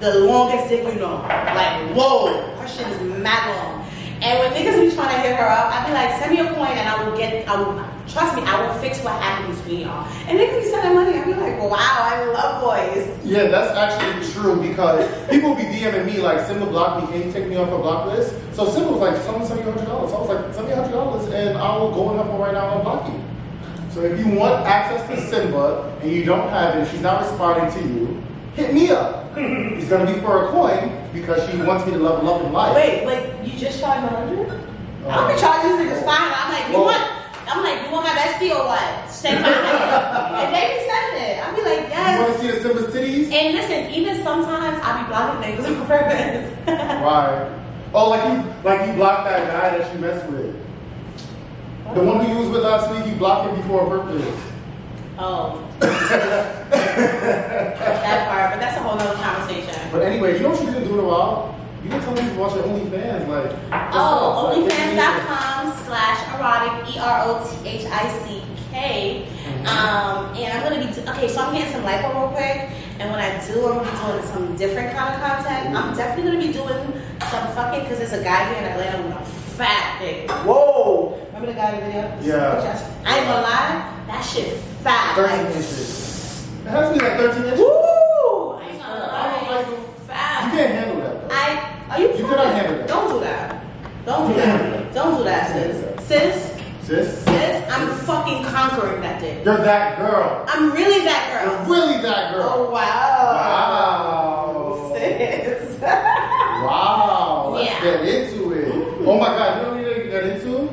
[SPEAKER 4] the longest dick you know. Like, whoa, her shit is mad long. And when niggas be trying to hit her up, I'd be like, send me a coin and I will get, I will, trust me, I will fix what happened between y'all. And niggas be sending money, I'd be like, wow, I love boys.
[SPEAKER 3] Yeah, that's actually true because people be DMing me like, Simba blocked me, can you take me off her block list? So Simba was like, someone send me $100. So I was like, send me $100 and I will go in her phone right now and block you. So if you want access to Simba and you don't have it, she's not responding to you, hit me up. it's going to be for a coin because she wants me to love, love, and life.
[SPEAKER 4] Wait, wait, you just charged 100? I'll be charging these niggas five. I'm like, you
[SPEAKER 3] Well-
[SPEAKER 4] want? I'm like, you want my bestie or what? Say five. and they be sending it. I'll be like,
[SPEAKER 3] You
[SPEAKER 4] yes.
[SPEAKER 3] want to see the Simba's titties?
[SPEAKER 4] And listen, even sometimes I be blocking niggas on purpose.
[SPEAKER 3] Why? Oh, like you, like you blocked that guy that you messed with. The one who you was with last week, you blocked him before a birthday.
[SPEAKER 4] oh. that part, but that's a whole nother conversation.
[SPEAKER 3] But anyway, you know what you didn't do in a while? You didn't tell me you watch your OnlyFans, like. that's
[SPEAKER 4] Oh,
[SPEAKER 3] not- that's not-
[SPEAKER 4] OnlyFans.com slash erotic, E R O T H I C K.
[SPEAKER 3] Mm-hmm.
[SPEAKER 4] Um, and I'm gonna be, do- okay, so I'm getting some lipo real quick. And when I do, I'm gonna be doing some different kind of content. I'm definitely gonna be doing some fucking, because there's a guy here in Atlanta with a fat dick.
[SPEAKER 7] Whoa.
[SPEAKER 4] Remember the guy in the video?
[SPEAKER 3] Yeah.
[SPEAKER 4] I ain't gonna lie, that shit fat.
[SPEAKER 3] Thirteen
[SPEAKER 4] Like,
[SPEAKER 3] inches. It has to be like thirteen inches.
[SPEAKER 4] Woo!
[SPEAKER 3] You
[SPEAKER 4] I ain't gonna lie.
[SPEAKER 3] can't
[SPEAKER 4] Fat.
[SPEAKER 3] handle that. Though.
[SPEAKER 4] I. Are you?
[SPEAKER 3] You
[SPEAKER 4] fucking-
[SPEAKER 3] cannot handle that.
[SPEAKER 4] Don't do that. Don't do that. Don't do that, sis. Sis,
[SPEAKER 3] Sis,
[SPEAKER 4] sis, I'm fucking conquering that dick.
[SPEAKER 3] you're that girl.
[SPEAKER 4] I'm really that
[SPEAKER 3] You're
[SPEAKER 4] girl.
[SPEAKER 3] really that girl.
[SPEAKER 4] Oh wow.
[SPEAKER 3] Wow.
[SPEAKER 4] Sis.
[SPEAKER 3] Wow, let's
[SPEAKER 4] Yeah.
[SPEAKER 3] get into it. Oh my god, you know what we didn't get into?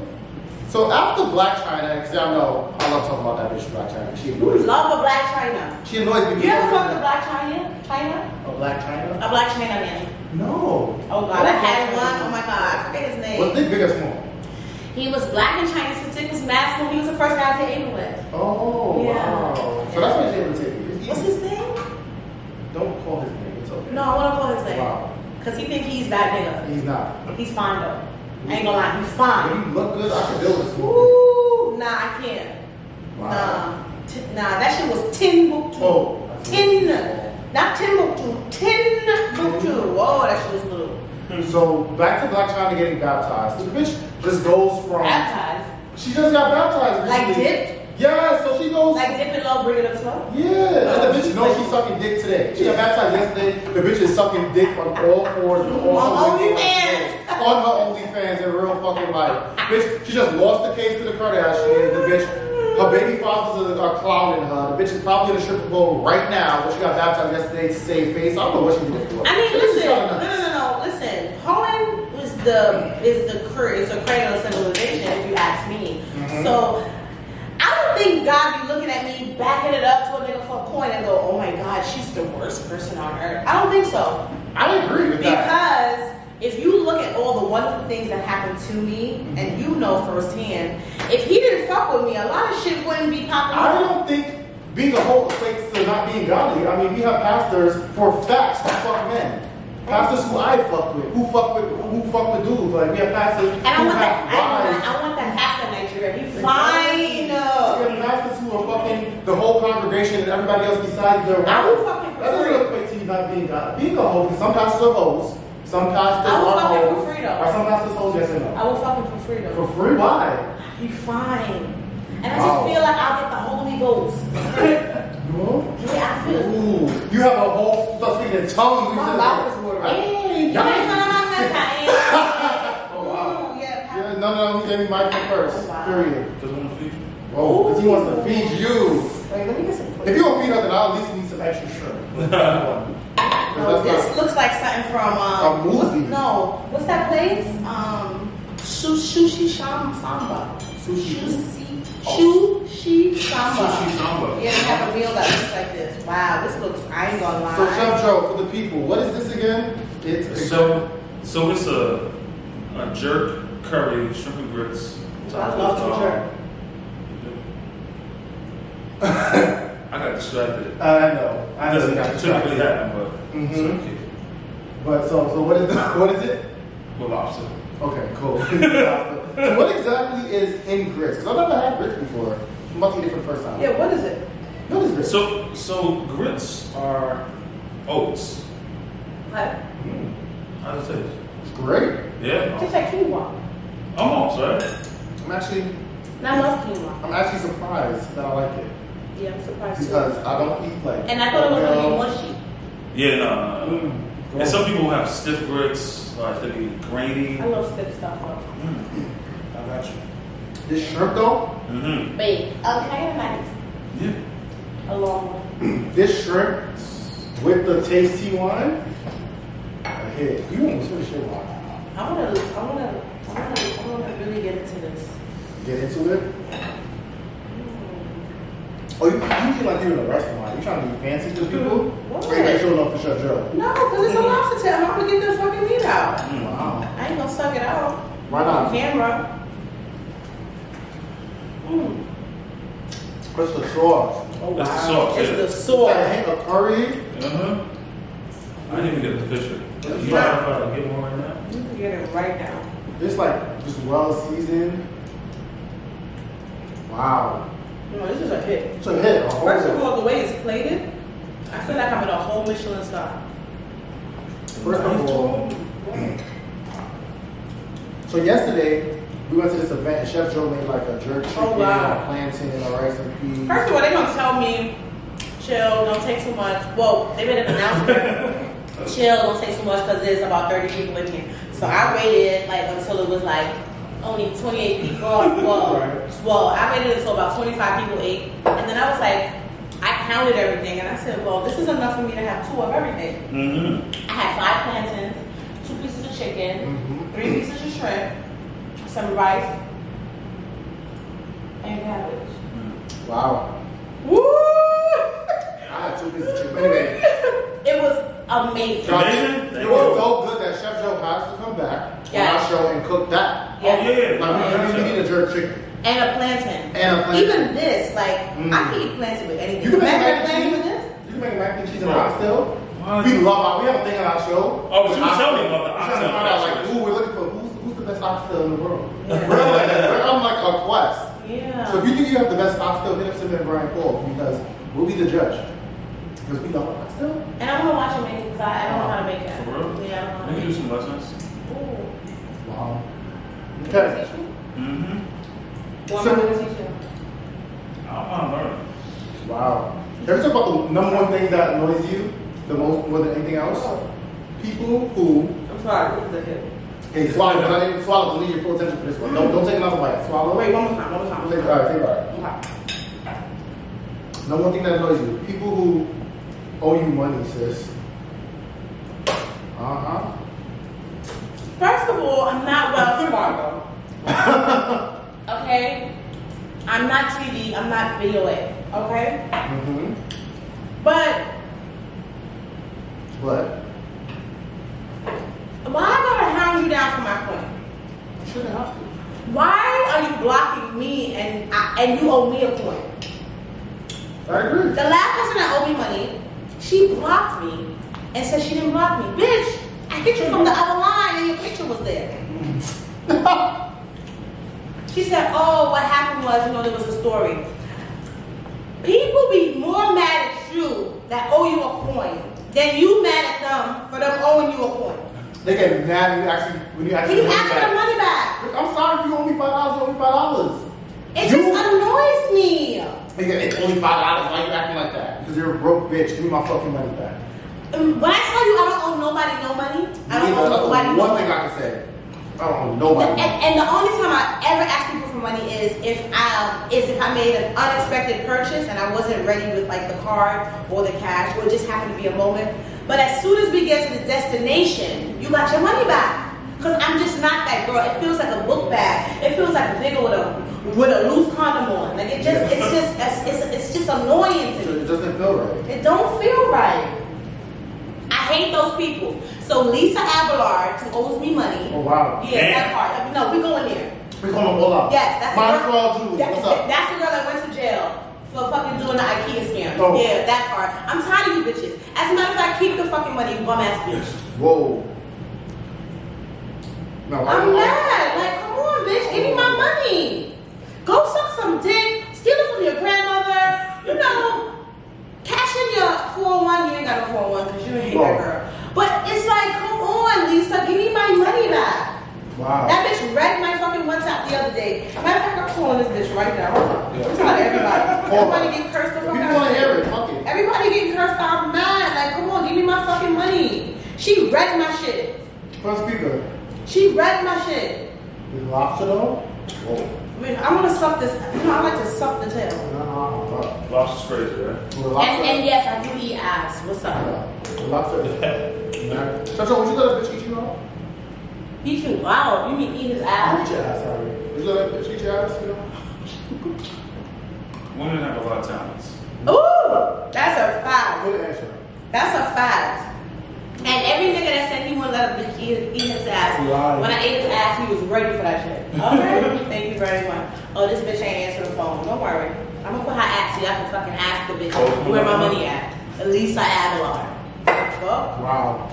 [SPEAKER 3] So after Black China, because y'all know I love talking about that bitch Black China. She annoys me.
[SPEAKER 4] Love a black China.
[SPEAKER 3] She annoys me.
[SPEAKER 4] You ever
[SPEAKER 3] because-
[SPEAKER 4] fucked a black China? China?
[SPEAKER 3] A Black China?
[SPEAKER 4] A black China man.
[SPEAKER 3] No.
[SPEAKER 4] Oh god, I had one. Oh my god, I forget his name.
[SPEAKER 3] Was it big or small?
[SPEAKER 4] He was black and Chinese. His dick was masculine. He was the first guy I dated with.
[SPEAKER 3] Oh,
[SPEAKER 4] Yeah.
[SPEAKER 3] wow. So that's why she able to take it. It's
[SPEAKER 4] What's
[SPEAKER 3] easy.
[SPEAKER 4] his name?
[SPEAKER 3] Don't call his name. It's okay.
[SPEAKER 4] No, I want to call his name.
[SPEAKER 3] Wow.
[SPEAKER 4] Cause he think he's that
[SPEAKER 3] He's not.
[SPEAKER 4] nigga. He's fine though. I ain't gonna lie, he's
[SPEAKER 3] When
[SPEAKER 4] fine.
[SPEAKER 3] you look good, I can deal with you.
[SPEAKER 4] Ooh, nah, I can't. Nah, T- nah, that shit was Timbuktu.
[SPEAKER 3] Oh.
[SPEAKER 4] Tin, not Timbuktu, Timbuktu. Whoa, that shit was little.
[SPEAKER 3] So back to Black China getting baptized. So the bitch just goes from.
[SPEAKER 4] Baptized,
[SPEAKER 3] She just got baptized.
[SPEAKER 4] Like
[SPEAKER 3] recently.
[SPEAKER 4] dipped?
[SPEAKER 3] Yeah, so she goes.
[SPEAKER 4] like dip it low, bring it up slow.
[SPEAKER 3] Yeah, and the bitch knows she's sucking dick today. She got baptized yesterday. The bitch is sucking dick on all fours with all
[SPEAKER 4] On
[SPEAKER 3] her
[SPEAKER 4] OnlyFans.
[SPEAKER 3] on her OnlyFans in real fucking life. Bitch, she just lost the case to the Kardashians. The bitch, her baby fathers are, are clowning her. The bitch is probably in a stripper bowl right now, but she got baptized yesterday to save face. I don't know what she did for.
[SPEAKER 4] I mean,
[SPEAKER 3] This is
[SPEAKER 4] listen, no,
[SPEAKER 3] kinda
[SPEAKER 4] no,
[SPEAKER 3] nuts.
[SPEAKER 4] no, no, listen. Hoeing is the is the cur is the cradle of civilization, if you ask me.
[SPEAKER 3] Mm-hmm.
[SPEAKER 4] So I don't think God be looking at me backing it up to a nigga for a coin and go, oh my God, she's the worst person on earth. I don't think so
[SPEAKER 3] I agree with that.
[SPEAKER 4] because if you look at all the wonderful things that happened to me, and you know firsthand, if he didn't fuck with me, a lot of shit wouldn't be popping.
[SPEAKER 3] I
[SPEAKER 4] up.
[SPEAKER 3] don't think being a hoe equates to not being godly. I mean, we have pastors for facts who fuck men. Pastors who I fuck with, who fuck with, who fuck with dudes. Like we have pastors
[SPEAKER 4] And I
[SPEAKER 3] who
[SPEAKER 4] want that.
[SPEAKER 3] have
[SPEAKER 4] I want
[SPEAKER 3] wives.
[SPEAKER 4] that. I want that after Nigeria. He
[SPEAKER 3] Exactly.
[SPEAKER 4] fine. uh,
[SPEAKER 3] We have pastors who are fucking the whole congregation and everybody else besides their
[SPEAKER 4] I will fucking
[SPEAKER 3] That doesn't
[SPEAKER 4] prefer it.
[SPEAKER 3] equate to you not being godly. Being a hoe, because some pastors are hoes. Some pastas
[SPEAKER 4] I will
[SPEAKER 3] are
[SPEAKER 4] fucking
[SPEAKER 3] hoes.
[SPEAKER 4] for free, though.
[SPEAKER 3] Are some pastas hoes? Yes or no?
[SPEAKER 4] I will fucking for freedom.
[SPEAKER 3] For free? Why?
[SPEAKER 4] You fine. And I
[SPEAKER 3] Wow.
[SPEAKER 4] just feel like I'll get the Holy Ghost.
[SPEAKER 3] You won't?
[SPEAKER 4] yeah, I feel.
[SPEAKER 3] Ooh, you have a whole stuff speaking in tongues.
[SPEAKER 7] My mouth is watering.
[SPEAKER 3] Hey,
[SPEAKER 4] No, no,
[SPEAKER 3] yikes.
[SPEAKER 4] no, no, no, I ain't.
[SPEAKER 3] Oh, wow.
[SPEAKER 4] Ooh, yeah.
[SPEAKER 3] Yeah, no, no, no, he gave me mine first.
[SPEAKER 4] Wow.
[SPEAKER 3] Period.
[SPEAKER 5] Just wanna feed you.
[SPEAKER 3] Oh, because he wants to feed you.
[SPEAKER 7] Wait, let me get some.
[SPEAKER 3] If you don't feed nothing, I'll at least need some extra shrimp. 'Cause
[SPEAKER 4] No,
[SPEAKER 3] that's
[SPEAKER 4] Oh, this
[SPEAKER 3] not-
[SPEAKER 4] looks like something from um,
[SPEAKER 3] A movie.
[SPEAKER 4] what's- no, what's that place? Um, Shu- Shushi Sham Samba.
[SPEAKER 3] Sushi.
[SPEAKER 4] Shushi.
[SPEAKER 3] Oh.
[SPEAKER 4] Shushi Samba.
[SPEAKER 5] Sushi samba.
[SPEAKER 4] Yeah, they have a meal that looks like this. Wow, this looks. I ain't gonna lie.
[SPEAKER 3] So, Chef Joe, for the people, what is this again? It's a
[SPEAKER 5] So, so it's a, a jerk curry, shrimp and grits.
[SPEAKER 4] I love
[SPEAKER 5] topped with,
[SPEAKER 4] the
[SPEAKER 5] um,
[SPEAKER 4] jerk.
[SPEAKER 5] um, I got distracted.
[SPEAKER 3] I know. I
[SPEAKER 5] That
[SPEAKER 3] know. you
[SPEAKER 5] doesn't
[SPEAKER 3] got
[SPEAKER 5] typically
[SPEAKER 3] distracted.
[SPEAKER 5] happen, but it's
[SPEAKER 3] Mhm.
[SPEAKER 5] okay.
[SPEAKER 3] But so, so what is the, what is it?
[SPEAKER 5] With lobster.
[SPEAKER 3] Okay, cool. so what exactly is in grits? Because I've never had grits before. I'm about to eat it for the first time.
[SPEAKER 7] Yeah, what is it?
[SPEAKER 3] What is grits?
[SPEAKER 5] So, so grits are oats.
[SPEAKER 7] Like,
[SPEAKER 5] How does it taste?
[SPEAKER 3] It's great.
[SPEAKER 5] Yeah,
[SPEAKER 4] Just like quinoa.
[SPEAKER 5] almost right.
[SPEAKER 3] I'm actually,
[SPEAKER 4] And I love quinoa.
[SPEAKER 3] I'm actually surprised that I like it
[SPEAKER 4] Yeah, I'm surprised
[SPEAKER 3] because
[SPEAKER 4] too.
[SPEAKER 3] I don't eat like.
[SPEAKER 4] And I thought it was gonna be
[SPEAKER 3] oatmeal.
[SPEAKER 4] mushy.
[SPEAKER 5] Yeah, no. no, no.
[SPEAKER 3] Mm,
[SPEAKER 5] And some people have stiff grits, like they be grainy.
[SPEAKER 4] I love stiff stuff. though.
[SPEAKER 3] I got you. This shrimp though,
[SPEAKER 5] Mm-hmm.
[SPEAKER 4] Babe, uh, can I get a Mac?
[SPEAKER 5] Yeah.
[SPEAKER 4] A long one.
[SPEAKER 3] this shrimp with the tasty wine. I hit. You almost finished your wine.
[SPEAKER 4] I wanna, I wanna, I wanna, I wanna really get into this.
[SPEAKER 3] Get into it. Oh, you, you feel like you're in a restaurant. You trying to be fancy to people?
[SPEAKER 7] What?
[SPEAKER 3] Or you ain't showing up for sure, Joe.
[SPEAKER 7] No, because it's a lobster tail. How am I gonna get this fucking meat out?
[SPEAKER 3] Wow.
[SPEAKER 4] I ain't gonna suck it out
[SPEAKER 3] Why not?
[SPEAKER 4] on camera. Mm.
[SPEAKER 3] What's the sauce?
[SPEAKER 4] Oh,
[SPEAKER 5] That's the
[SPEAKER 4] wow.
[SPEAKER 5] sauce,
[SPEAKER 4] It's
[SPEAKER 5] yeah.
[SPEAKER 4] the
[SPEAKER 3] What the
[SPEAKER 4] sauce.
[SPEAKER 3] heck? A curry?
[SPEAKER 5] Uh-huh. I didn't even get the picture.
[SPEAKER 3] It's
[SPEAKER 5] You
[SPEAKER 3] not-
[SPEAKER 5] mind if I get one right now?
[SPEAKER 4] You can get it right now.
[SPEAKER 3] It's like just well seasoned. Wow.
[SPEAKER 4] No, this is a hit.
[SPEAKER 3] It's a hit. A whole
[SPEAKER 4] First of all, the way it's plated, I feel like I'm in a whole Michelin star.
[SPEAKER 3] First of all, so yesterday we went to this event and Chef Joe made like a jerk chicken,
[SPEAKER 4] Oh, wow.
[SPEAKER 3] a plantain, a rice and peas.
[SPEAKER 4] First of all, they gonna tell me, chill, don't take too much. Well, they made an announcement, chill, don't take too much because there's about 30 people in here. So I waited like until it was like only 28 people. Well,
[SPEAKER 3] Right.
[SPEAKER 4] well, I waited until about 25 people ate, and then I was like, I counted everything, and I said, well, this is enough for me to have two of everything.
[SPEAKER 5] Mm-hmm.
[SPEAKER 4] I had five plantains, two pieces of chicken,
[SPEAKER 3] Mhm.
[SPEAKER 4] three pieces of shrimp, some rice, and cabbage.
[SPEAKER 3] Wow.
[SPEAKER 4] Woo!
[SPEAKER 3] I had two pieces of chicken. But Anyway,
[SPEAKER 4] It was amazing.
[SPEAKER 3] y'all,
[SPEAKER 5] Amazing.
[SPEAKER 3] it was so good that Chef Joe has to come back on
[SPEAKER 4] Yes.
[SPEAKER 3] our show and cook that.
[SPEAKER 5] Oh, yeah.
[SPEAKER 4] Yeah.
[SPEAKER 3] Like we, we need a jerk chicken.
[SPEAKER 4] And a plantain.
[SPEAKER 3] And a plantain.
[SPEAKER 4] Even this, like,
[SPEAKER 3] Mm.
[SPEAKER 4] I can eat plantain with anything.
[SPEAKER 3] You can make
[SPEAKER 4] Mac
[SPEAKER 3] mac and
[SPEAKER 4] and plantain with
[SPEAKER 3] cheese.
[SPEAKER 4] this?
[SPEAKER 3] You can make mac and cheese and
[SPEAKER 5] Right.
[SPEAKER 3] oxtail.
[SPEAKER 5] Why?
[SPEAKER 3] We love our, we have a thing on our show.
[SPEAKER 5] Oh, but you were telling me about the
[SPEAKER 3] We're trying to
[SPEAKER 5] oxtail
[SPEAKER 3] find out,
[SPEAKER 5] actually.
[SPEAKER 3] like, ooh, we're looking for who's, who's the best oxtail in the world.
[SPEAKER 4] Yeah.
[SPEAKER 3] We're like, we're on like a quest.
[SPEAKER 4] Yeah.
[SPEAKER 3] So if you think you have the best oxtail, hit up Simon and Brian Paul because we'll be the judge. Because we love oxtail.
[SPEAKER 4] and I want to watch it make it because I, I don't know how to make it.
[SPEAKER 5] For real?
[SPEAKER 4] Yeah, I
[SPEAKER 5] Let
[SPEAKER 4] don't
[SPEAKER 5] me
[SPEAKER 4] know
[SPEAKER 5] do some lessons.
[SPEAKER 4] how
[SPEAKER 3] Wow.
[SPEAKER 4] to
[SPEAKER 3] Okay.
[SPEAKER 4] make it. Ooh.
[SPEAKER 5] Mm-hmm.
[SPEAKER 4] Well,
[SPEAKER 3] So-
[SPEAKER 4] I'm going to teach you.
[SPEAKER 5] I want to learn.
[SPEAKER 3] Wow. Can we talk about the number one thing that annoys you the most more than anything else? People who
[SPEAKER 7] I'm sorry, this is a hit.
[SPEAKER 3] can swallow, because I didn't swallow, so leave your full attention for this one. Don't, don't take another bite. Swallow.
[SPEAKER 7] Oh, wait, one more time, one more time.
[SPEAKER 3] Take, all right, take all right.
[SPEAKER 7] Okay.
[SPEAKER 3] Number one thing that annoys you, people who owe you money, sis. Uh-huh.
[SPEAKER 4] First of all, I'm not Wells Fargo. okay? I'm not TV. I'm not VOA. Okay?
[SPEAKER 3] Mm-hmm.
[SPEAKER 4] But
[SPEAKER 3] But
[SPEAKER 4] why I gotta hound you down for my point?
[SPEAKER 3] you shouldn't have to.
[SPEAKER 4] Why are you blocking me and I, and you owe me a point?
[SPEAKER 3] I agree.
[SPEAKER 4] The last person that owed me money, she blocked me and said she didn't block me. Bitch, I hit you from the other line and your picture was there. she said, oh, what happened was, you know, there was a story. People be more mad at you that owe you a point than you mad at them for them owing you a point.
[SPEAKER 3] They get mad when you actually when you
[SPEAKER 4] Can
[SPEAKER 3] actually.
[SPEAKER 4] you ask for the money back?
[SPEAKER 3] Like, I'm sorry if you owe me five dollars. You owe me five dollars.
[SPEAKER 4] It
[SPEAKER 3] You-
[SPEAKER 4] just annoys me.
[SPEAKER 3] Nigga, it's only five dollars. Why you acting like that? Because you're a broke bitch. Give me my fucking money back.
[SPEAKER 4] Um, When I tell you I don't owe nobody no money, I don't
[SPEAKER 3] Yeah,
[SPEAKER 4] owe
[SPEAKER 3] that's the
[SPEAKER 4] nobody no
[SPEAKER 3] One thing
[SPEAKER 4] money.
[SPEAKER 3] I can say, I don't owe
[SPEAKER 4] The-
[SPEAKER 3] nobody.
[SPEAKER 4] And, and the only time I ever ask people for money is if I is if I made an unexpected purchase and I wasn't ready with like the card or the cash or it just happened to be a moment. But as soon as we get to the destination, you got your money back. Cause I'm just not that girl. It feels like a book bag. It feels like a nigga with a with a loose condom on. Like it just it's just it's, it's, it's just annoying to me.
[SPEAKER 3] It doesn't feel right.
[SPEAKER 4] It don't feel right. I hate those people. So Lisa Abelard, who owes me money.
[SPEAKER 3] Oh wow.
[SPEAKER 4] Yeah,
[SPEAKER 5] Damn.
[SPEAKER 4] that part. No, we going there.
[SPEAKER 3] We call him Ola.
[SPEAKER 4] Yes, that's the
[SPEAKER 3] Mind
[SPEAKER 4] girl.
[SPEAKER 3] Twelve Jews.
[SPEAKER 4] that-
[SPEAKER 3] What's up?
[SPEAKER 4] That's the girl that went to jail for fucking doing the IKEA scam.
[SPEAKER 3] Oh.
[SPEAKER 4] Yeah, that part. I'm tired of you bitches. As a matter of fact, keep the fucking money, you bum ass bitch.
[SPEAKER 3] Whoa. No, I
[SPEAKER 4] I'm
[SPEAKER 3] don't-
[SPEAKER 4] mad. Like, come on, bitch, give me
[SPEAKER 3] Oh.
[SPEAKER 4] my money. Go suck some dick. Steal it from your grandmother. You know, cash in your 401. You ain't got no 401 because you ain't that
[SPEAKER 3] Oh.
[SPEAKER 4] girl. But it's like, come on, Lisa, give me my money back.
[SPEAKER 3] Wow.
[SPEAKER 4] That bitch read my fucking WhatsApp the other day. Matter of fact, I'm calling this bitch right now. I'm telling everybody. Everybody get cursed the fuck
[SPEAKER 3] People
[SPEAKER 4] out.
[SPEAKER 3] want to hear it. Fuck it.
[SPEAKER 4] Everybody getting cursed out I'm mad. Like, come on, give me my fucking money. She read my shit.
[SPEAKER 3] First speaker.
[SPEAKER 4] She read my shit.
[SPEAKER 3] Is lobster though? Whoa.
[SPEAKER 4] I mean, I want to suck this. You know, I like to suck the tail.
[SPEAKER 3] Uh-uh.
[SPEAKER 5] Lobster's crazy, right?
[SPEAKER 3] With Lobster.
[SPEAKER 4] yes, I do eat ass. What's
[SPEAKER 3] With Lobster. Nah. Chacho, would you let a bitch eat you out?
[SPEAKER 4] He can wow. You mean eat his
[SPEAKER 3] Eat your ass out Would you let a bitch eat your ass? You know?
[SPEAKER 5] Women have a lot of talents.
[SPEAKER 4] Ooh, that's a five.
[SPEAKER 3] Good answer.
[SPEAKER 4] That's a fact. And every nigga that said he wouldn't let a bitch eat, eat his ass,
[SPEAKER 3] Right.
[SPEAKER 4] when I ate his ass, he was ready for that shit. Okay, thank you very much. Oh, this bitch ain't answering the phone. Don't worry. I'm gonna put her ass so y'all can fucking ask the bitch where my money at. Elisa Adelar. Fuck.
[SPEAKER 3] Wow.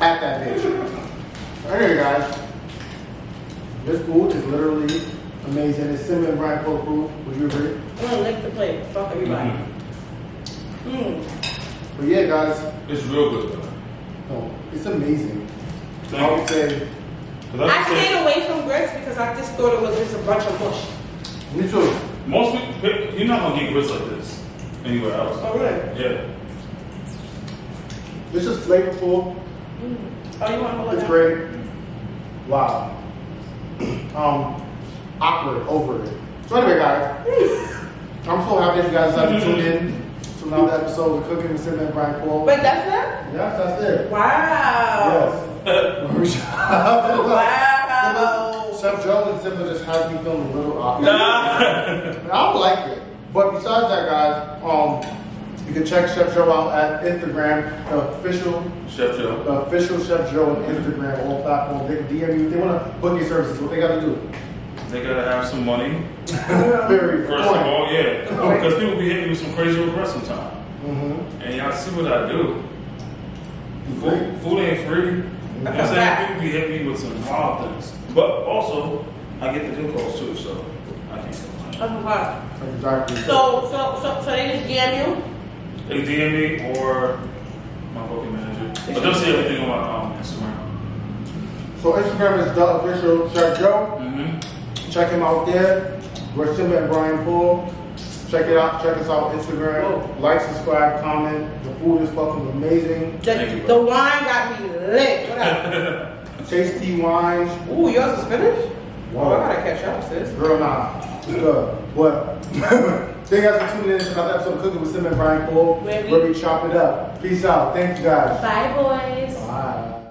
[SPEAKER 3] At that bitch. Alright guys. This food is literally amazing. It's cinnamon brine pork food. Would you agree?
[SPEAKER 4] I'm gonna lick the plate. Fuck everybody.
[SPEAKER 5] Hmm. Mm-hmm.
[SPEAKER 4] Mm.
[SPEAKER 3] But yeah guys,
[SPEAKER 5] It's real good though.
[SPEAKER 3] no, it's amazing. I would
[SPEAKER 5] Thank you.
[SPEAKER 3] say
[SPEAKER 5] Cause
[SPEAKER 4] I
[SPEAKER 5] I would
[SPEAKER 4] stayed
[SPEAKER 5] say
[SPEAKER 4] away from grits because I just thought it was just a bunch of bush.
[SPEAKER 3] me too.
[SPEAKER 5] most people, you're not gonna get grits like this anywhere else.
[SPEAKER 4] Oh really?
[SPEAKER 5] Yeah.
[SPEAKER 3] It's just flavorful.
[SPEAKER 4] Oh, you want to hold
[SPEAKER 3] It's
[SPEAKER 4] it?
[SPEAKER 3] great. Wow. Um, awkward over it. So anyway, guys, I'm so happy that you guys decided to tune in to another episode of Cooking with Cinnamon and Brian Paul.
[SPEAKER 4] Wait, that's
[SPEAKER 3] Yes, that's it.
[SPEAKER 4] it? Wow.
[SPEAKER 3] Yes.
[SPEAKER 4] Wow.
[SPEAKER 3] Chef Joe and Simba just has me feeling a little awkward.
[SPEAKER 5] Nah.
[SPEAKER 3] And I like it. But besides that, guys, um, you can check Chef Joe out at Instagram, the official
[SPEAKER 5] Chef Joe.
[SPEAKER 3] the official Chef Joe on Instagram, all platforms. They can DM you if they want to book your services. What they got to do?
[SPEAKER 5] They gotta have some money.
[SPEAKER 3] Very
[SPEAKER 5] First of all, yeah.
[SPEAKER 4] Right.
[SPEAKER 5] Because people be hitting me with some crazy requests sometimes.
[SPEAKER 3] Mm-hmm.
[SPEAKER 5] And y'all see what I do.
[SPEAKER 3] Free.
[SPEAKER 5] Food, food ain't free. You know what I'm saying? People be hitting me with some wild things. But also, I get the good calls too, so I can't complain.
[SPEAKER 4] Oh, wow.
[SPEAKER 3] Exactly.
[SPEAKER 4] So, so, so, so they just jam you?
[SPEAKER 5] They DM me or my booking manager. But they'll see everything on my um, Instagram.
[SPEAKER 3] So Instagram is the official Chef Joe.
[SPEAKER 5] Mm-hmm.
[SPEAKER 3] Check him out there. We're Simba and Brian Poole. Check it out. Check us out on Instagram. Like, subscribe, comment. The food is fucking amazing.
[SPEAKER 5] Thank
[SPEAKER 4] The,
[SPEAKER 5] you,
[SPEAKER 4] the
[SPEAKER 5] bro.
[SPEAKER 4] wine got me lit. What up?
[SPEAKER 3] Tasty wines.
[SPEAKER 7] Ooh, yours is finished?
[SPEAKER 3] Wow.
[SPEAKER 7] Oh, I gotta catch up, sis.
[SPEAKER 3] Girl, nah. It's good. But thank you guys for tuning in to another episode of Cooking with Simba and Brian Poole,
[SPEAKER 4] Where we-
[SPEAKER 3] where we chop it up. Peace out. Thank you guys.
[SPEAKER 4] Bye, boys.
[SPEAKER 3] Bye.